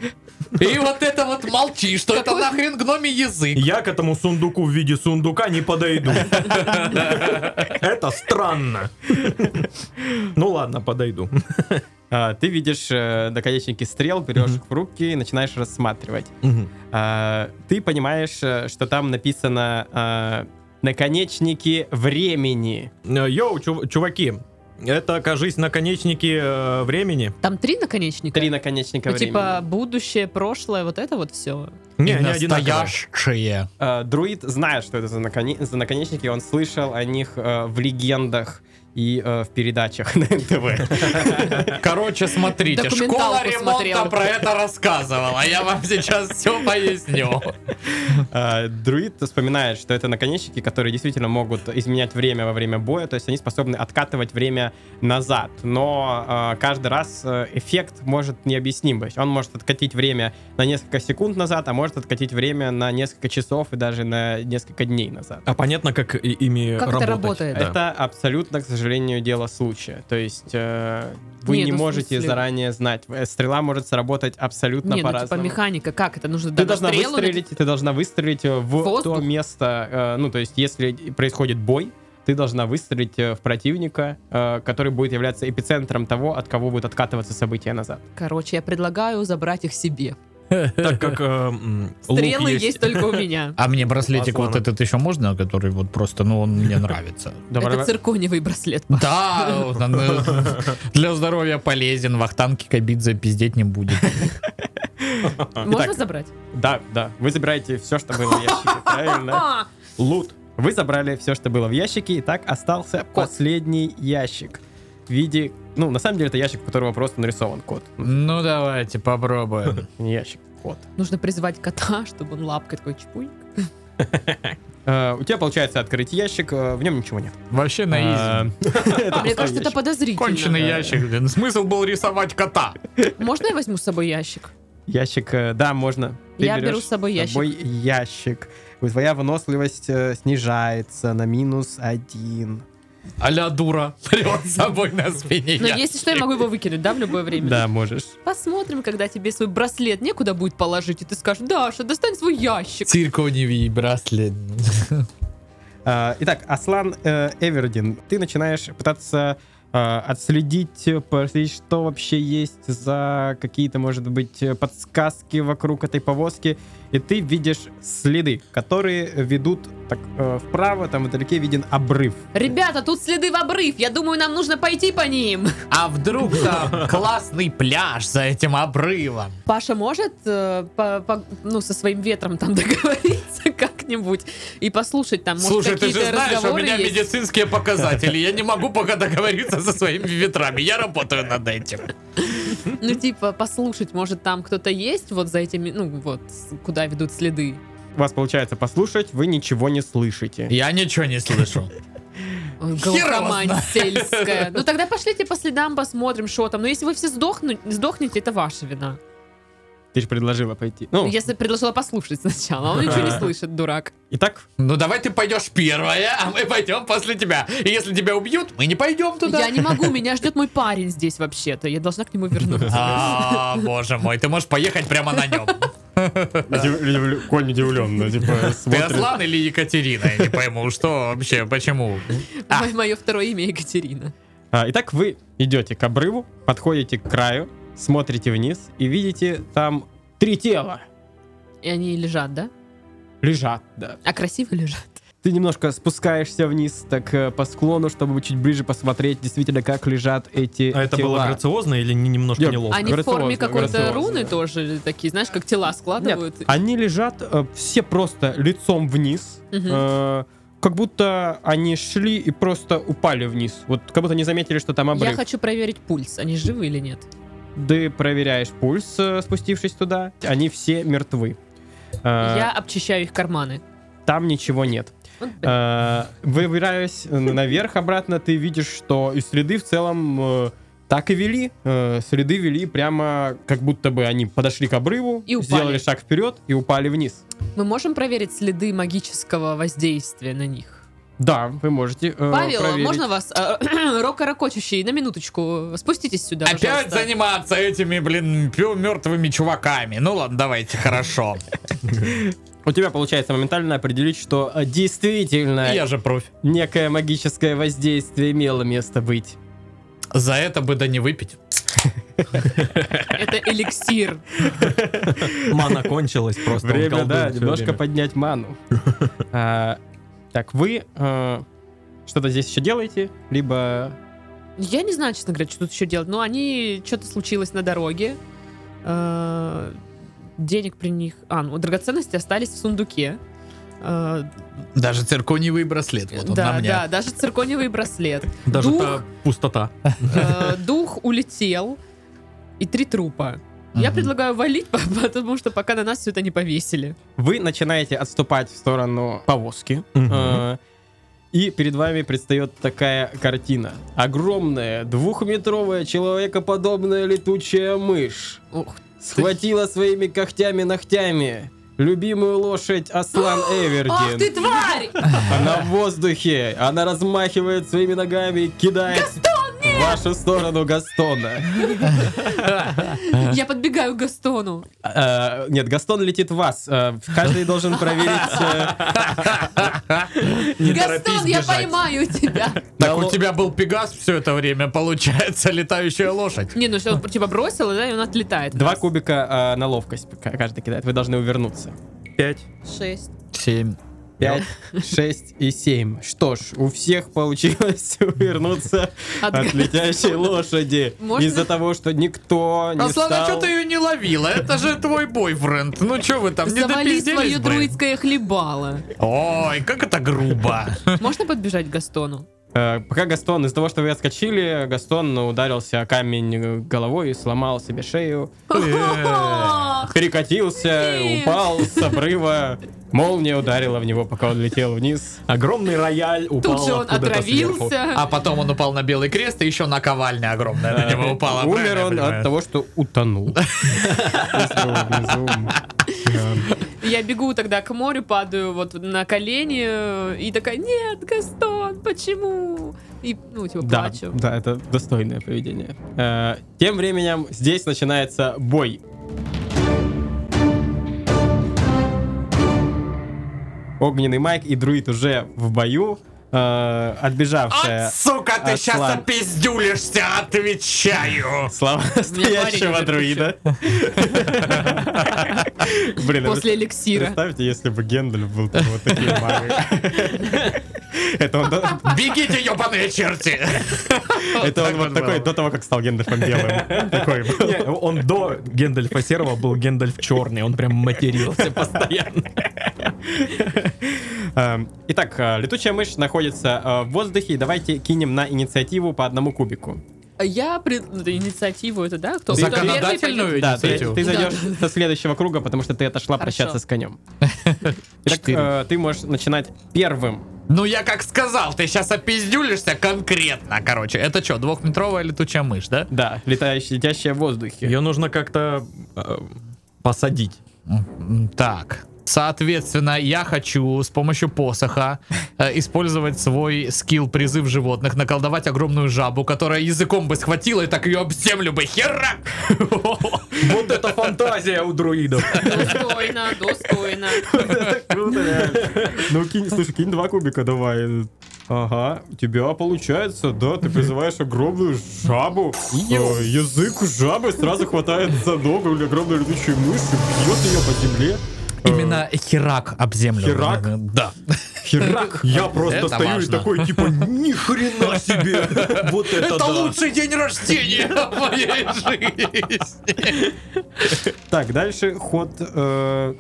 и вот это вот молчишь, что это Какой- нахрен гномий язык. Я к этому сундуку в виде сундука не подойду. Это странно. Ну ладно, подойду. А, ты видишь э, наконечники стрел, берешь их в руки и начинаешь рассматривать. А, ты понимаешь, э, что там написано а, наконечники времени. Э, Йоу, чув- чуваки, это, кажись, наконечники э, времени. Там три наконечника? Три наконечника Ну, времени. типа будущее, прошлое, вот это вот все. Не, И они одинаковые. настоящее. А, друид знает, что это за, наконе- за наконечники, он слышал о них э, в легендах и э, в передачах на НТВ. Короче, смотрите, Документалку школа ремонта смотрел. про это рассказывала. Я вам сейчас все поясню. А, Друид вспоминает, что это наконечники, которые действительно могут изменять время во время боя, то есть они способны откатывать время назад, но а, каждый раз э, эффект может необъясним быть. Он может откатить время на несколько секунд назад, а может откатить время на несколько часов и даже на несколько дней назад. А понятно, как и- ими Как это работать. работает? Да. Это абсолютно, к сожалению, дело случая. То есть э, вы Не, не, ну, в можете смысле- заранее знать. Э, Стрела может сработать не, абсолютно ну типа по-разному. механика, как это? Нужно Ты да, должна стрелу выстрелить, ты должна выстрелить э, в то Воздух? место, э, ну то есть если происходит бой, ты должна выстрелить э, в противника, э, который будет являться эпицентром того, от кого будут откатываться события назад. накид- Короче, я предлагаю забрать их себе. Так как э, м, лук Стрелы есть. только у меня. А мне браслетик Аслана. вот этот еще можно, который вот просто, ну, он мне нравится. Это цирконевый браслет. Да, вот он, э, для здоровья полезен, вахтанки кабидзе пиздеть не будет. Можно забрать? А. Да, да. Вы забираете все, что было в ящике, правильно? А, Лут. Вы забрали все, что было в ящике, и так остался последний ящик в виде... Ну, на самом деле, это ящик, у которого просто нарисован кот. Ну, давайте попробуем. Не ящик, кот. Нужно призвать кота, чтобы он лапкой такой чпунь. Э, у тебя получается открыть ящик, э, в нем ничего нет. Э, Вообще на изи. Это А Мне пустой кажется, это ящик. подозрительно. А, Конченый ящик, блин. Смысл был рисовать кота. Можно я возьму с собой ящик? Ящик, э, да, можно. Я беру берешь с собой ящик. ящик. И Твоя выносливость э, снижается на минус один. Аля дура. Прет с собой на спине. Но если что, я могу его выкинуть, да, в любое время? Да, можешь. Посмотрим, когда тебе свой браслет некуда будет положить, и ты скажешь, Даша, достань свой ящик. Цирконевый браслет. А, Э, итак, Аслан э, Эвердин, ты начинаешь пытаться э, э, отследить, э, проследить, что вообще есть за какие-то, может быть, э, подсказки вокруг этой повозки. И ты видишь следы, которые ведут так, э, вправо, там вдалеке виден обрыв. Ребята, тут следы в обрыв. Я думаю, нам нужно пойти по ним. А вдруг там классный пляж за этим обрывом? Паша может э, по- по- ну, со своим ветром там договориться как-нибудь и послушать там, может, Слушай, ты какие-то же знаешь, у разговоры меня есть. медицинские показатели. Я не могу пока договориться со своими ветрами. Я работаю над этим. Ну, типа, послушать, может, там кто-то есть вот за этими, ну, вот, с- куда ведут следы. Вас получается послушать, вы ничего не слышите. Я ничего не слышу. Ой, Хер его Глухомань знает. сельская. Ну, тогда пошлите по следам, посмотрим, что там. Но если вы все сдохну- сдохнете, это ваша вина. Ты же предложила пойти. Ну, Я с- предложила послушать сначала, а он ничего не слышит, дурак. итак, Ну давай ты пойдешь первая, а мы пойдем после тебя. И если тебя убьют, мы не пойдем туда. Я не могу, меня ждет мой парень здесь вообще-то. Я должна к нему вернуться. А, боже мой, ты можешь поехать прямо на нем. див- див- конь удивлен, типа, Ты смотрит. Аслан или Екатерина? Я не пойму, что вообще, почему. А. Мое второе имя Екатерина. А, Итак, вы идете к обрыву, подходите к краю, смотрите вниз и видите там три тела И они лежат, да? лежат. Да. А красиво лежат. Ты немножко спускаешься вниз, так э, по склону, чтобы чуть ближе посмотреть, действительно, как лежат эти А это тела. было грациозно или не- немножко Я- неловко? Они в форме грациозно, какой-то грациозно, руны да. тоже такие, знаешь, как тела Нет, складывают. а, они лежат э, все просто лицом вниз, Мгм. э, как будто они шли и просто упали вниз. Вот как будто не заметили, что там Я обрыв. хочу проверить пульс, они живы или нет. Ты проверяешь пульс, э, спустившись туда. Они все мертвы. А. Э, Я обчищаю их карманы. Там ничего нет. Вот, блин. А. Э, Выбираясь э, наверх обратно, ты видишь, что и следы в целом э, так и вели. Э, Следы вели прямо, как будто бы они подошли к обрыву, И упали. сделали шаг вперед и упали вниз. Мы можем проверить следы магического воздействия на них? Да, вы можете э, Павел, а проверить. можно вас, рокорокочущий, на минуточку, спуститесь сюда, Опять пожалуйста. заниматься этими, блин, пю- мертвыми чуваками. Ну ладно, давайте, хорошо. У тебя получается моментально определить, что э, действительно Я же профи. некое магическое воздействие имело место быть. За это бы да не выпить. Это эликсир. Мана кончилась просто. он Время, колдун да, всё немножко время. поднять ману. А, Так, вы э, что-то здесь еще делаете, либо Я не знаю, честно говоря, что тут еще делать. Но они... Что-то случилось на дороге. Э, Денег при них... А, ну, драгоценности остались в сундуке. Э, Даже циркониевый браслет, вот он на да, мне. да, даже циркониевый браслет. Даже дух, та пустота. э, дух улетел. И три трупа. Я Мгм. предлагаю валить, потому что пока на нас все это не повесили. Вы начинаете отступать в сторону повозки. Мгм. э, И перед вами предстает такая картина. Огромная, двухметровая, человекоподобная летучая мышь Ух схватила своими когтями-ногтями любимую лошадь Аслан Ах ты Эвердин. тварь! Она в воздухе, она размахивает своими ногами и кидает в вашу сторону Гастона. Я подбегаю к Гастону. Э, Нет, Гастон летит в вас. Э, Каждый должен проверить... э, Не Гастон, торопись я бежать. поймаю тебя. Так Да у ло- тебя был Пегас все это время, получается, летающая лошадь. Не, ну что, типа бросила, да, и он отлетает. Два Раз, кубика э, на ловкость к- каждый кидает. Вы должны увернуться. Пять. Шесть. Семь. 5, 6 и 7. Что ж, у всех получилось увернуться От от летящей лошади. Можно? Из-за того, что никто не Аслан, а что стал... ты ее не ловила? Это же твой бойфренд. Ну что вы там, не Завали свое допизделись, блин? друидское хлебало. Ой, как это грубо. Можно подбежать к Гастону? Э, Пока Гастон, из-за того, что вы отскочили, Гастон ударился о камень э, головой и сломал себе шею. Ох, Перекатился, Блин. упал с обрыва. Молния ударила в него, пока он летел вниз. Огромный рояль упал Тут же он откуда-то сверху. А отравился. потом он упал на белый крест, и еще наковальня огромная на него упала. Э, Умер правильно я он понимаю? от того, что утонул. А Я бегу тогда к морю, падаю вот на колени э, и такая, нет, Гастон, почему? И, ну, типа, Да, плачу. да, это достойное поведение. Э, Тем временем здесь начинается бой. Огненный Майк и Друид уже в бою. э, отбежавшая А, сука, ты от сейчас слам. опиздюлишься, отвечаю. слава настоящего парень друида. Блин, а вы После эликсира. Представьте, если бы Гендель был там вот таким магом. Это он, до- Бегите, ебаные черти! это он так вот вот такой было. до того, как стал Гендальфом белым. Такой был. Не, Он до Гендальфа серого был Гендальф черный, он прям матерился постоянно. Эм, Итак, э, летучая мышь находится э, в воздухе. Давайте кинем на инициативу по одному кубику. А Я пред... это инициативу это, да? Кто, кто первый Законодательную пойдет? Да, ты, инициативу. ты Да. зайдешь со следующего круга, потому что ты отошла Хорошо. прощаться с конем. Итак, Четыре. э, ты можешь начинать первым. Ну я как сказал, ты сейчас опиздюлишься конкретно, короче. Это что, двухметровая летучая мышь, да? Да, летающая, летящая в воздухе. Ее нужно как-то э, посадить. М, Так. Соответственно, я хочу с помощью посоха э, использовать свой скилл призыв животных, наколдовать огромную жабу, которая языком бы схватила и так ее об землю бы херак! Вот это фантазия у друидов. Достойно, достойно. Ну, кинь, слушай, кинь два кубика давай. Ага, у тебя получается, да, ты призываешь огромную жабу. Э, Язык жабы сразу хватает за ногу или огромную летучую мышь и бьет ее по земле. Э, Именно херак об землю. Херак? Да. Херак. Я Это просто стою и важно. такой, типа, ни хрена себе. Вот это да. день рождения в моей жизни. Так, дальше ход э,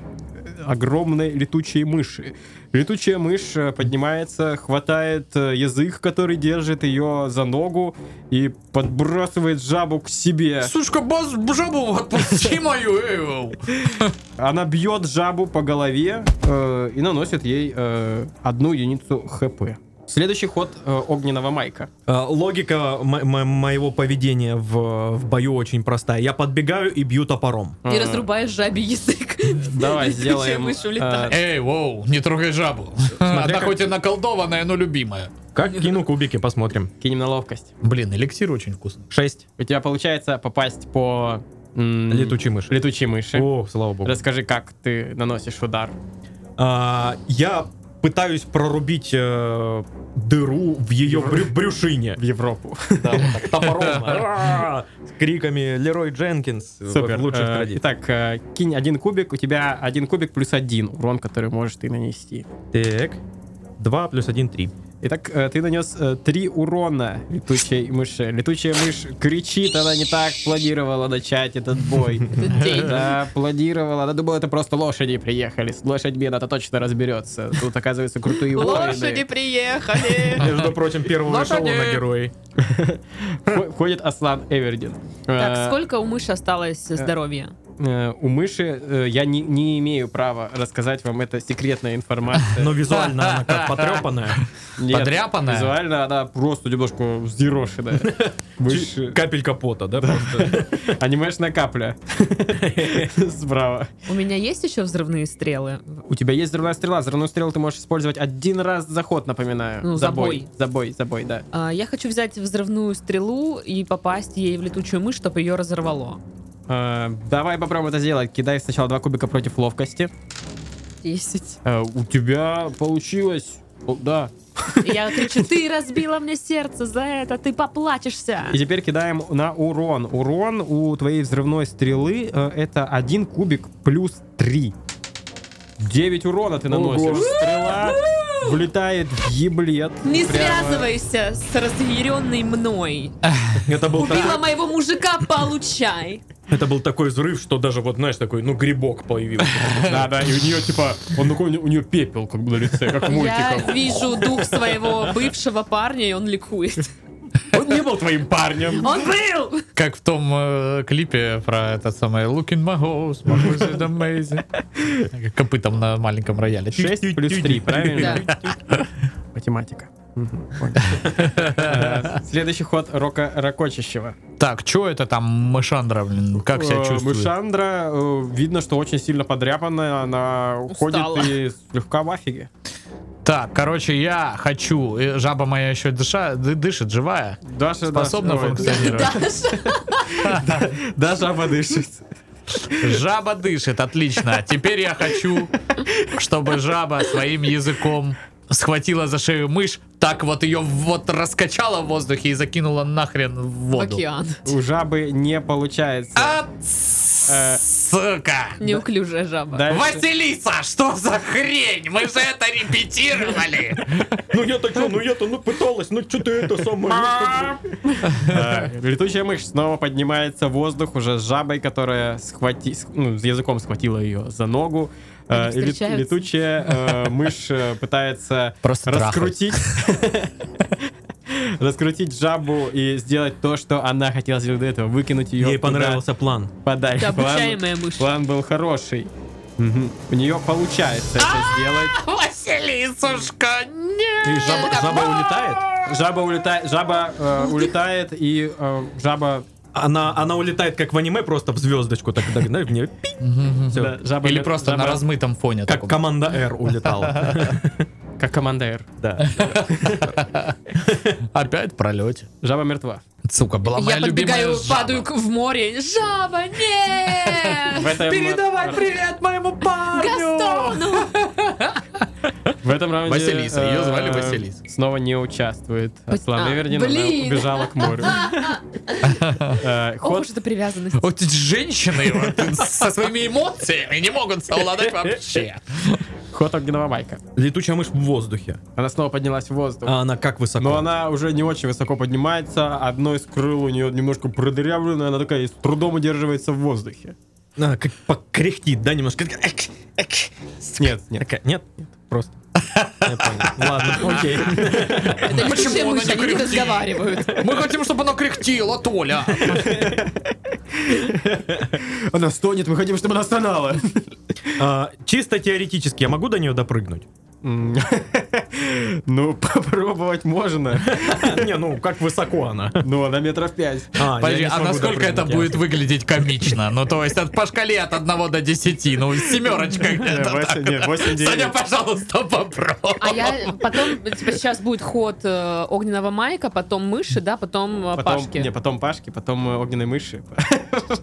огромной летучей мыши. Летучая мышь э, поднимается, хватает э, язык, который держит ее за ногу и подбрасывает жабу к себе. Сушка, бас, жабу отпусти мою. эй, эй. Она бьет жабу по голове э, и наносит ей э, одну единицу хп. Следующий ход э, огненного майка. Э, Логика мо- мо- моего поведения в, в бою очень простая. Я подбегаю и бью топором. И разрубаешь жабий язык. Давай Летучая сделаем, э, мышь улетает. Эй, воу, не трогай жабу. Она хоть и наколдованная, но любимая. Как кину кубики, посмотрим. Кинем на ловкость. Блин, эликсир очень вкусный. Шесть. У тебя получается попасть по м, Летучей мыши. летучей мыши. О, слава богу. Расскажи, как ты наносишь удар. А, я пытаюсь прорубить э, дыру в ее брю- брюшине. в Европу. Топором. А, С криками Лерой Дженкинс. Супер. В лучших Э, традициях. Итак, э, кинь один кубик, у тебя один кубик плюс один урон, который можешь ты нанести. Так. Два плюс один три. Итак, э, ты нанес э, три урона летучей мыши. Летучая мышь кричит, она не так планировала начать этот бой. день. Да, планировала. Она думала, это просто лошади приехали. С лошадьми она-то точно разберется. Тут, оказывается, крутые Лошади воины. приехали. Между прочим, первого Лошади. эшелона герои. Вх- Входит Аслан Эвердин. Так, Э, сколько у мыши осталось здоровья? э, У мыши э, я не- не имею права рассказать вам это секретная информация. Но визуально она как потрепанная. Нет, Подряпанная? Визуально она просто немножко взъерошенная. Выше. Капелька пота, да? просто? Анимешная капля. Справа. У меня есть еще взрывные стрелы? У тебя есть взрывная стрела. Взрывную стрелу ты можешь использовать один раз за ход, напоминаю. Ну, за Забой. Забой, забой, да. А, Я хочу взять взрывную стрелу и попасть ей в летучую мышь, чтобы ее разорвало. Э, Давай попробуем это сделать. Кидай сначала два кубика против ловкости. 10. Э, У тебя получилось. О, Да. Я кричу, ты разбила мне сердце за это, ты поплачешься. И теперь кидаем на урон. Урон у твоей взрывной стрелы э, это один кубик плюс 3. 9 урона ты наносишь. Стрела влетает в еблет. Не Прямо. связывайся с разъяренной мной. Это был так- Убила моего мужика, получай. Это был такой взрыв, что даже вот, знаешь, такой, ну, грибок появился. Да, да, и у нее типа, он такой, у нее- у нее пепел как бы на лице, как в Я мультиках. вижу дух своего бывшего парня, и он ликует. Он не был твоим парнем. Он был! Как в том э, клипе про этот самый Look in my house, my house is amazing. Копытом на маленьком рояле. 6 плюс 3, правильно? Да. Математика. Мгм, понял. Э, Следующий ход Рока Рокочащего. Так, чё это там мышандра, блин? Как себя Э, чувствует? Мышандра, э, видно, что очень сильно подряпанная, она Устала. уходит и слегка в афиге. Так, короче, я хочу... э, Жаба моя еще дыша, ды- дышит, живая. Даша, Способна Даша, ой, функционировать. Даша подышит. Жаба дышит, отлично. Теперь я хочу, чтобы жаба своим языком схватила за шею мышь, так вот ее вот раскачала в воздухе и закинула нахрен в в воду. океан. У жабы не получается. А, сука! Неуклюжая жаба. Да. Василиса, что за хрень? Мы же это репетировали! Ну я-то что, ну я-то, ну пыталась, ну что ты это самое? Э, Летучая мышь снова поднимается в воздух уже с жабой, которая схвати... с- ну, с языком схватила ее за ногу. Э, Они и лет- встречаются. Летучая э, мышь э, пытается Просто раскрутить... Раскрутить жабу и сделать то, что она хотела сделать до этого, выкинуть ее Ей туда понравился план. подальше. Это План- обучаемая мышь. План был хороший. Мгм. У нее получается это сделать. Василисушка, И нет! жаба, жаба улетает? Жаба улетает, жаба э, улетает и э, жаба, Она, она улетает как в аниме, просто в звездочку так догнай в небе. пи, всё. да, жаба Или ле- просто жаба- на размытом фоне. Как таком. команда Р улетала. как командир. Да. Опять в пролете. Жаба мертва. Сука, была моя Я любимая подбегаю, жаба. падаю к- в море. Жаба, В нет! этом, Передавай привет моему парню! Гастону! в этом раунде Василиса, её звали э, Василиса. Снова не участвует. Б- Слава а, Вердина блин. убежала к морю. Э, Ох Ход уж это привязанность. Вот эти женщины вот, со своими эмоциями не могут совладать вообще. ход огненного майка. Летучая мышь в воздухе. Она снова поднялась в воздух. А она как высоко? Но она уже не очень высоко поднимается, одно из крыл у нее немножко продырявлено, она такая с трудом удерживается в воздухе. А, как покряхтит, да, немножко? Эк, эк. Нет, нет. Такая, нет? Нет, просто. Я понял. Ладно, окей. Это летучие она мыши, не они не крутит? разговаривают. Мы хотим, чтобы она кряхтела, Толя. Она стонет, мы хотим, чтобы она стонала. А, Чисто теоретически, я могу до нее допрыгнуть? М. Ну, попробовать можно. Не, ну как высоко она? Ну, она метров пять. А, я Подожди, не а смогу насколько это допрыгнуть, будет выглядеть комично? Ну, то есть, от, по шкале от 1 до 10, ну, семерочка где-то. восемь- так. нет, восемь, девять. Саня, пожалуйста, попробуй. А я потом, типа, сейчас будет ход э, огненного майка, потом мыши, да, потом э, Потом, пашки. не, потом Пашки, потом э, огненной мыши.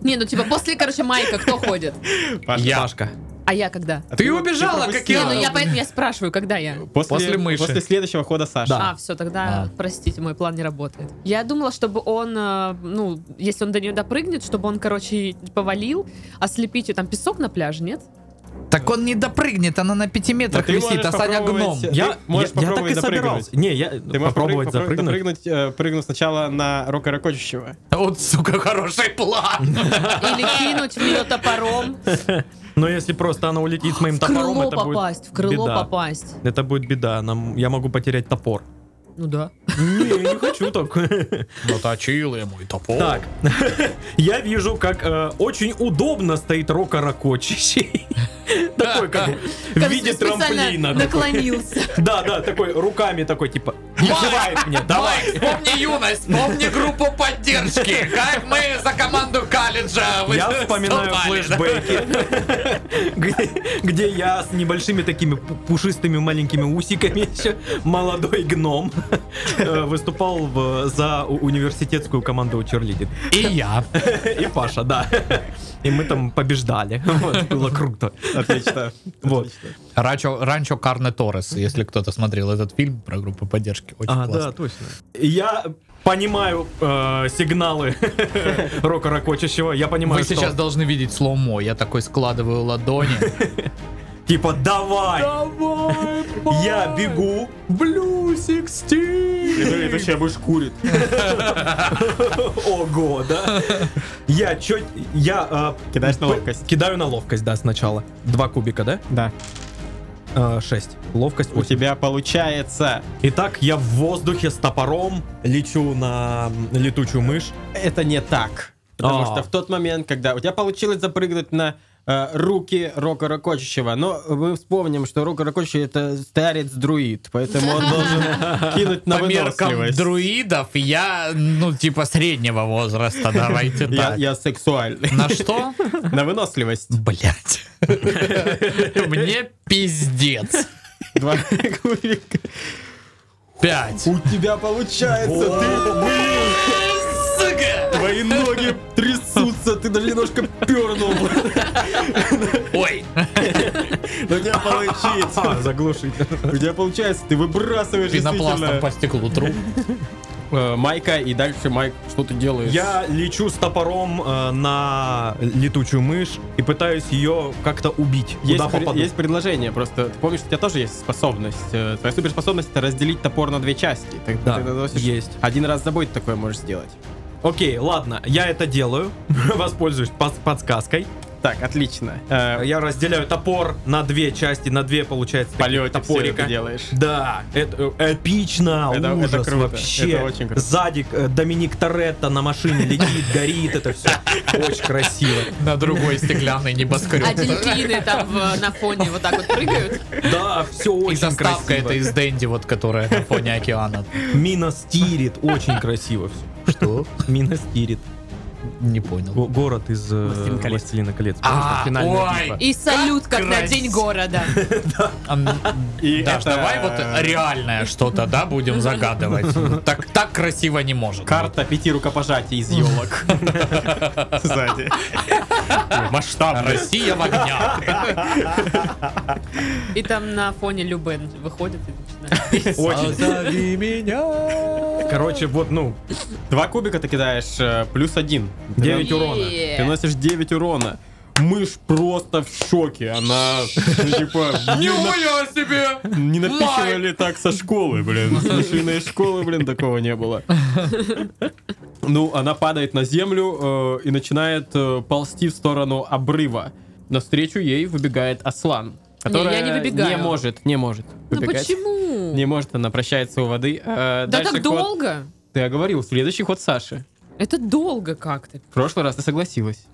Не, ну типа после, короче, майка кто ходит? Пашка. Я. Пашка. А я когда? А Ты вот- убежала, пропустила. как Не, я. ну я поэтому я спрашиваю, когда я? После, После мыши. После следующего хода Саши. А, все, тогда, А. простите, мой план не работает. Я думала, чтобы он, э, ну, если он до нее допрыгнет, чтобы он, короче, повалил, ослепить ее. Там песок на пляже, нет? Так он не допрыгнет, она на 5 метрах ты висит, можешь а Саня гном. попробовать- Ты Я, можешь я- я так попробовать и собирался. Не, Ты я можешь попробовать попробовать допрыгнуть, запрыгнуть. э, прыгну сначала на Рока Рокочущего. Вот, сука, хороший план. Или кинуть в нее топором, Но если просто она улетит с моим в топором, крыло это будет попасть, в крыло беда. попасть. Это будет беда, нам- я могу потерять топор. Ну да. Не, я не хочу так. Ну, Наточил я мой топор. Так, я вижу, как э, очень удобно стоит Рока Рокочущий. Такой, как в Кажется, виде специально трамплина. наклонился. Да, да, такой руками такой, типа, Майк, мне, давай. Майк, вспомни юность, вспомни группу поддержки, как мы за команду колледжа Я выступали. вспоминаю флешбеки, где- где я с небольшими такими пу- пушистыми маленькими усиками еще, молодой гном, э, выступал в- за у- университетскую команду черлидит. И я. И Паша, да. И мы там побеждали. Вот, Было круто. Отлично. Вот. Отлично. Ранчо, Ранчо Карне Торрес, если кто-то смотрел этот фильм про группу поддержки, очень А, да, классно. точно. Я понимаю э, сигналы рока ракочащего. Я Вы понимаю, что сейчас должны видеть слоумо, я такой складываю ладони. типа давай, Давай, я бегу. Блю, Лету- Летучая мышь курит. Ого, да. Я чё, я... э, Кидаешь на п- ловкость. Кидаю на ловкость, да, сначала. Два кубика, да? Да. Э, Шесть. Ловкость У восемь. тебя получается. Итак, я в воздухе с топором лечу на м, летучую мышь. Это не так. Потому А. что в тот момент, когда у тебя получилось запрыгнуть на э, руки Рока Рокочущего, но мы вспомним, что Рока Рокочущий это старец-друид, поэтому он должен кинуть на По меркам выносливость. друидов я, ну, типа среднего возраста, давайте Я, так. я сексуальный. На что? На выносливость. Блять. Мне пиздец. Два кубика. Пять. У тебя получается, ты... Сука! Твои ноги трясутся, ты даже немножко пернул. Ой. Но у тебя получится. А, заглушить. У тебя получается, ты выбрасываешь Пенопластом действительно по стеклу тру. э, Майка, и дальше Майк что-то делает. Я лечу с топором э, на летучую мышь и пытаюсь ее как-то убить. Есть, Куда пре- попаду. есть предложение, просто ты помнишь, у тебя тоже есть способность. э, Твоя суперспособность это разделить топор на две части. Ты, Да, ты наносишь- есть. Один раз за бой ты такое можешь сделать. Окей, ладно, я это делаю. Воспользуюсь пос- подсказкой. Так, отлично. Э, Я разделяю топор на две части, на две, получается, в таких полете всё это топорика. делаешь. Да, это э, эпично, Это- это ужас круто, вообще. это очень круто. Сзади э, Доминик Торетто на машине летит, горит, это все очень красиво. На другой стеклянный А небоскреб. дельфины там в- на фоне вот так вот прыгают. Да, все И очень заставка красиво. это из Дэнди, вот которая на фоне океана. Мина стирит, очень красиво все. Что? Мина стирит. Не понял. Го- Город из э, «Властелин колец». «Властелина колец». А, Просто финальная ой. битва. И салют, как на красиво. день города. Ам, И Даш, это- давай вот реальное что-то, да, будем загадывать. Так, так красиво не может. Карта пяти рукопожатий из елок. Сзади. Масштаб. Россия в огнях. И там на фоне Любен выходит и начинает. Очень. Позови меня. Короче, вот, ну, Два кубика ты кидаешь, э, плюс один. Ты Девять нан- урона. Е. Ты носишь 9 урона. Мышь просто в шоке. Она ну, типа не на- Нихуя себе! не напихивали так со школы, блин. С мышиной школы, блин, такого не было. Ну, она падает на землю э, и начинает э, ползти в сторону обрыва. Навстречу ей выбегает Аслан. Которая не выбегаю. может, не может Ну выбегать. почему? Не может, она прощается у воды. Э, Да дальше так ход- долго. Ты оговорил, следующий ход Саши. Это долго как-то. В прошлый раз ты согласилась.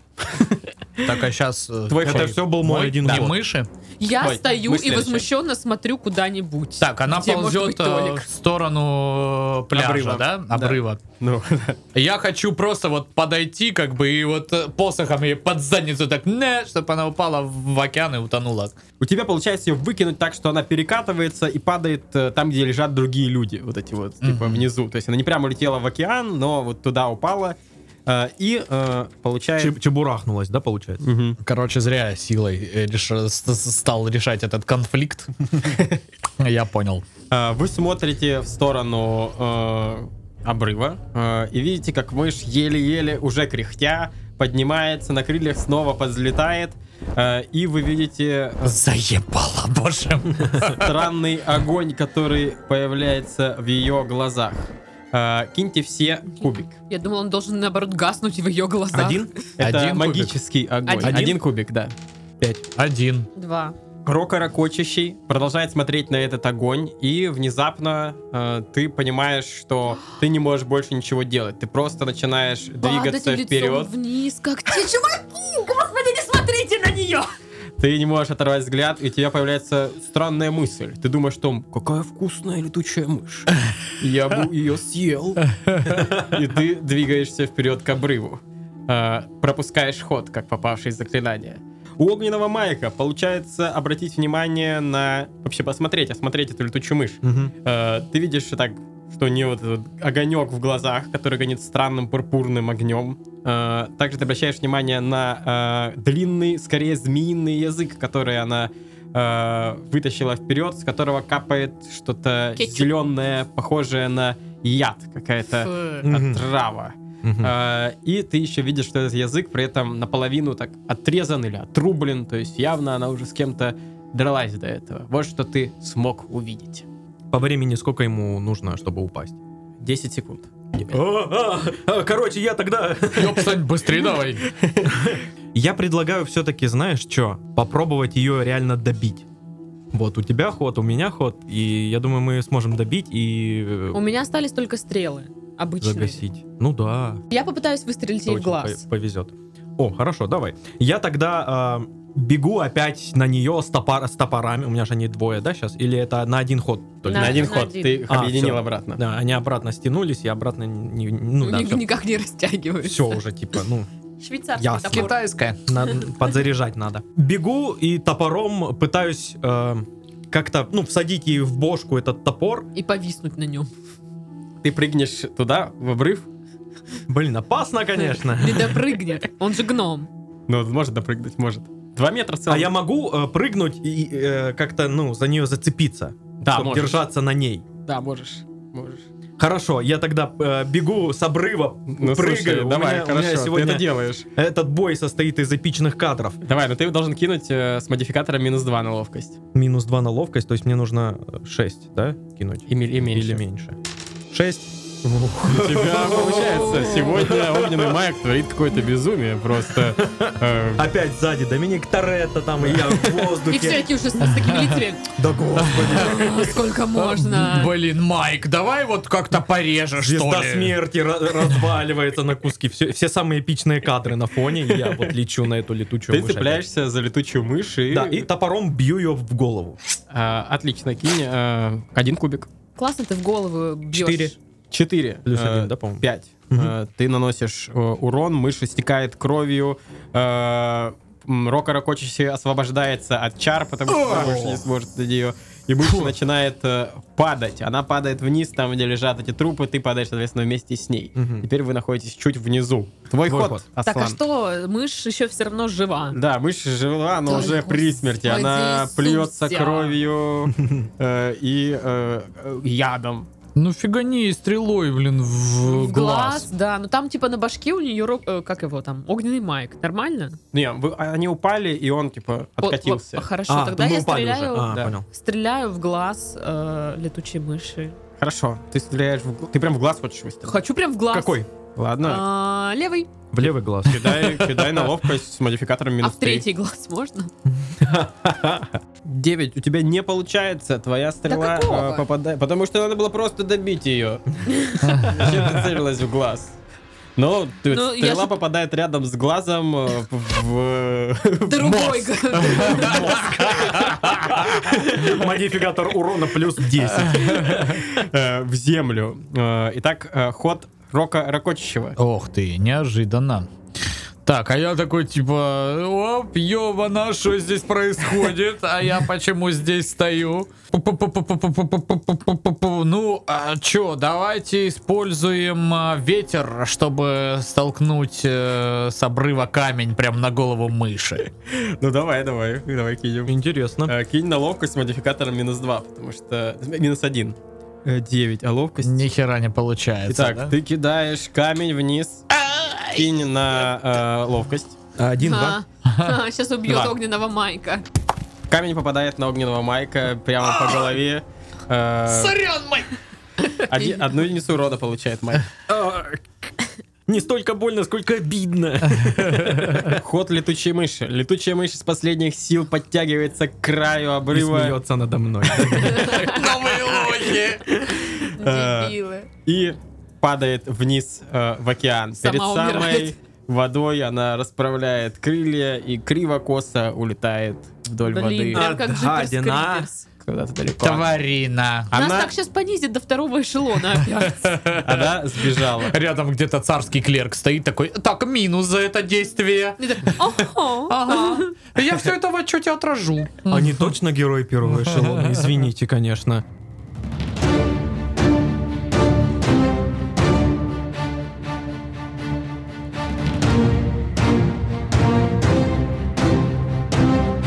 Так, а сейчас... Твой ход. Мой? Да. И мыши? Я Ой, стою мы и следующая. возмущенно смотрю куда-нибудь. Так, она Где может ползет быть э, Толик? в сторону э, пляжа, Обрыва. да? Да. Обрыва. Ну, Я хочу просто вот подойти, как бы, и вот э, посохом ей под задницу так, не, чтобы она упала в океан и утонула. У тебя получается ее выкинуть так, что она перекатывается и падает э, там, где лежат другие люди, вот эти вот, типа, внизу. То есть она не прямо улетела в океан, но вот туда упала. э, И э, получает... чеб- чебурахнулась, да, получается? Мгм. Короче, зря я силой э, реш- с- с- стал решать этот конфликт. Я понял. Э, Вы смотрите в сторону э, обрыва э, и видите, как мышь еле-еле, уже кряхтя, поднимается на крыльях, снова подлетает. э, И вы видите э, Заебала, боже мой. странный огонь, который появляется в ее глазах. Э, Киньте все кубик. Я думала, он должен, наоборот, гаснуть в ее А? глазах. Один? Это Один кубик? магический огонь. Один? кубик, да. Один. Два. Рокорокочащий продолжает смотреть на этот огонь, и внезапно э, ты понимаешь, что ты не можешь больше ничего делать. Ты просто начинаешь двигаться Падать лицом вперед. вниз, как те чуваки! Господи, не смотрите на нее! Ты не можешь оторвать взгляд, и у тебя появляется странная мысль. Ты думаешь о том, какая вкусная летучая мышь. Я бы ее съел. И ты двигаешься вперед к обрыву. Э, Пропускаешь ход, как попавший из заклинания. У огненного майка получается обратить внимание на... Вообще посмотреть, осмотреть эту летучую мышь. Мгм. Э, Ты видишь что так, что у нее вот этот огонек в глазах, который гонит странным пурпурным огнем. Э, Также ты обращаешь внимание на э, длинный, скорее змеиный язык, который она э, вытащила вперед, с которого капает что-то Кетчуп. зеленое, похожее на яд, какая-то Фу. Мгм. отрава. Мгм. Э, И ты еще видишь, что этот язык при этом наполовину так отрезан или отрублен, то есть явно она уже с кем-то дралась до этого. Вот что ты смог увидеть. По времени сколько ему нужно, чтобы упасть? 10 секунд. О, а, а, Короче, я тогда... Ёпсань, быстрее давай. Я предлагаю все-таки, знаешь что, попробовать ее реально добить. Вот, у тебя ход, у меня ход, и я думаю, мы сможем добить и э, У меня остались только стрелы. Обычные. загасить. Ну да, Я попытаюсь выстрелить ей в очень глаз. по- повезет. О, хорошо, давай. Я тогда э, бегу опять на нее с, топор- с топорами. У меня же они двое, да, сейчас? Или это на один ход? только? На- На один на ход. один. Ты их А, объединил всё. обратно. Да, они обратно стянулись, я обратно не... не- Ну да, Ни- Никак не растягиваюсь. все уже, типа, ну... Швейцарский Я- топор. Китайская. Надо- подзаряжать надо. Бегу и топором пытаюсь э, как-то, ну, всадить ей в бошку этот топор. И повиснуть на нем. Ты прыгнешь туда, в обрыв. Блин, опасно, конечно. Не допрыгнет. Он же гном. Ну, вот может допрыгнуть, может. Два метра целых. А я могу э, прыгнуть и э, как-то, ну, за нее зацепиться? Да, чтоб можешь. держаться на ней. Да, можешь. Можешь. Хорошо, я тогда э, бегу с обрыва, Ну, прыгаю. слушай, У давай, меня- у меня хорошо, сегодня ты это делаешь. Этот бой состоит из эпичных кадров. Давай, но ты должен кинуть э, с модификатором минус 2 на ловкость. Минус 2 на ловкость, то есть мне нужно 6, да, кинуть? И, ми- и меньше. Или меньше. 6. У тебя получается. Сегодня огненный маяк творит какое-то безумие просто. Э, Опять сзади Доминик Торетто там, и я в И все воздухе. такие уже с, с такими лицами. Да господи. «А, Сколько можно? Блин, Майк, давай вот как-то порежешь, что Звезда ли. смерти ра- разваливается на куски. Все, все самые эпичные кадры на фоне, и я вот лечу на эту летучую Ты мышь цепляешься за летучую мышь опять. и... Да, и топором бью ее в голову. А, Отлично, кинь э, один кубик. Классно ты в голову бьешь. Четыре. Четыре. Плюс Э, один, да, по-моему? Пять. Мгм. Э, Ты наносишь э, урон, мышь истекает кровью, э, м, Рока Рокочиси освобождается от чар, потому что она больше не сможет на нее. И мышь начинает э, падать. Она падает вниз, там, где лежат эти трупы, ты падаешь, соответственно, вместе с ней. Мгм. Теперь вы находитесь чуть внизу. Твой Твой ход, ход. Так, Аслан. а что? Мышь еще все равно жива. Да, мышь жила, но Да, уже при господи, смерти. Она Иисусе. плюется кровью э, и э, э, ядом. Ну фигани, стрелой, блин, в, В глаз, глаз. да. Но там типа на башке у нее, рок- э, как его там, огненный майк. Нормально? Не, вы- а, они упали, и он, типа, О- о, откатился. Хорошо, А, тогда мы я упали уже. стреляю... А, Да. понял. Стреляю в глаз э, летучей мыши. Хорошо, ты стреляешь в... гл- Ты прям в глаз хочешь выстрелить? Хочу прям в глаз. Какой? Ладно, А, левый. В левый глаз. кидай, кидай на ловкость с модификатором минус а в 3. третий глаз можно? 9, у тебя не получается, твоя стрела какого? э, попадает... Потому что надо было просто добить ее. Зачем ты целилась в глаз? Ну, ты- Ну, я стрела же- попадает рядом с глазом э, в... в- Другой. Модификатор урона плюс 10. э, в землю. Э, Итак, э, ход Рока Рокочищева. Ох ты, неожиданно. Так, а я такой типа, оп, ёбана, что здесь происходит? А я почему здесь стою? Пу-пу-пу-пу-пу-пу-пу-пу-пу-пу. Ну, а чё, давайте используем а, ветер, чтобы столкнуть э, с обрыва камень прям на голову мыши. Ну, давай, давай, давай кинем. Интересно. Э, Кинь на ловкость с модификатором минус 2, потому что... э, Минус 1. 9, а ловкость... Ни хера не получается. Итак, да? ты кидаешь камень вниз, А, кинь на э, ловкость. А, Один, два. Сейчас убьет Два. а, огненного майка. Камень попадает на огненного майка прямо по голове. Э, Сорян, мать! оди- одну единицу урода получает майк. Не столько больно, сколько обидно. Ход летучей мыши. Летучая мышь из последних сил подтягивается к краю И обрыва. смеется надо мной. Новые лохи! Э, Дебилы. и падает вниз э, в океан. Сама Перед самой умирает. водой она расправляет крылья и криво-косо улетает вдоль Блин, А. воды прям как Отдадина. Джиперс Криперс. куда-то далеко. Тварина. Нас Она- так сейчас понизит до второго эшелона опять. Она сбежала. Рядом где-то царский клерк стоит такой, так, минус за это действие. И так, «Ого». Ага. Я все это в отчете отражу. Они точно герои первого эшелона, извините, конечно.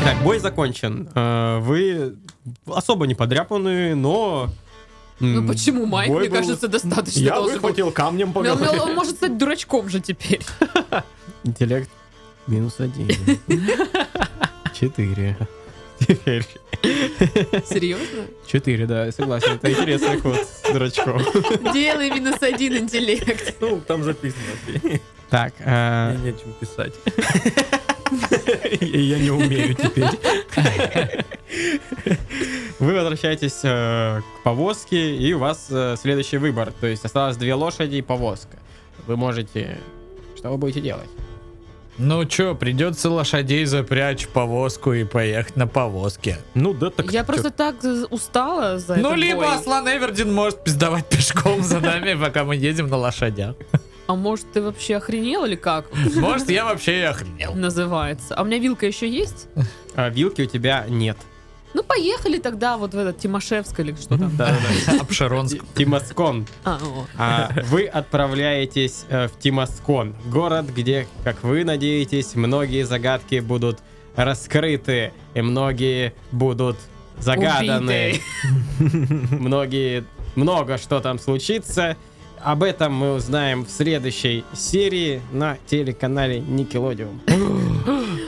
Так, бой закончен. Э, Вы особо не подряпаны, но... Ну почему, Майк, бой мне был- кажется, достаточно должен был. камнем по Мел- Мел- Он может стать дурачком же теперь. Интеллект минус один. Четыре. Теперь. Серьезно? Четыре, да, я согласен. Это интересный ход с дурачком. Делай минус один интеллект. Ну, там записано. Так, э, нечем писать. Я не умею теперь. вы возвращаетесь э, к повозке, и у вас э, следующий выбор. То есть осталось две лошади и повозка. Вы можете... Что вы будете делать? Ну чё, придется лошадей запрячь в повозку и поехать на повозке. Ну да, так. Я просто так э, устала за Ну этот бой. либо Аслан Эвердин может пиздовать пешком за нами, пока мы едем на лошадях. А может, ты вообще охренел или как? Может, я вообще и охренел. Называется. А у меня вилка еще есть? А, вилки у тебя нет. Ну, поехали тогда вот в этот Тимошевск или что там. Обширонск. Тимоскон. А, о. А вы отправляетесь э, в Тимоскон, город, где, как вы надеетесь, многие загадки будут раскрыты, и многие будут загаданы. Многие, много что там случится. Об этом мы узнаем в следующей серии на телеканале Никелодиум.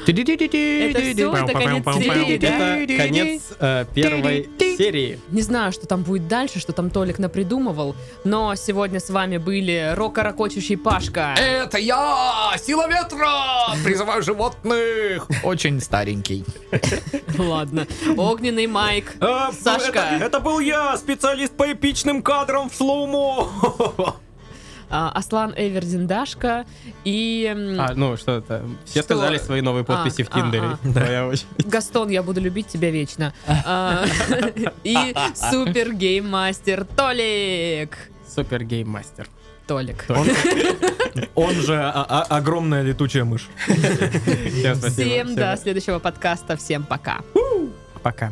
Это все, это конец серии, да? Это конец э, первой серии. Не знаю, что там будет дальше, что там Толик напридумывал, но сегодня с вами были рокорокочущий Пашка. Это я, сила ветра, призываю животных. Очень старенький. Ладно. Огненный Майк. А, Сашка. Это, это был я, специалист по эпичным кадрам в слоумо. а, Аслан Эвердин Дашка и м, А, ну что это? Все Что? сказали свои новые подписи в а, а. Тиндере. Твоя очередь. Гастон, я буду любить тебя вечно. А, И супер гейммастер Толик. Супер гейммастер. Толик. Толик. Он же а- а- огромная летучая мышь. Всем спасибо. Всем до следующего подкаста. Всем пока. Пока.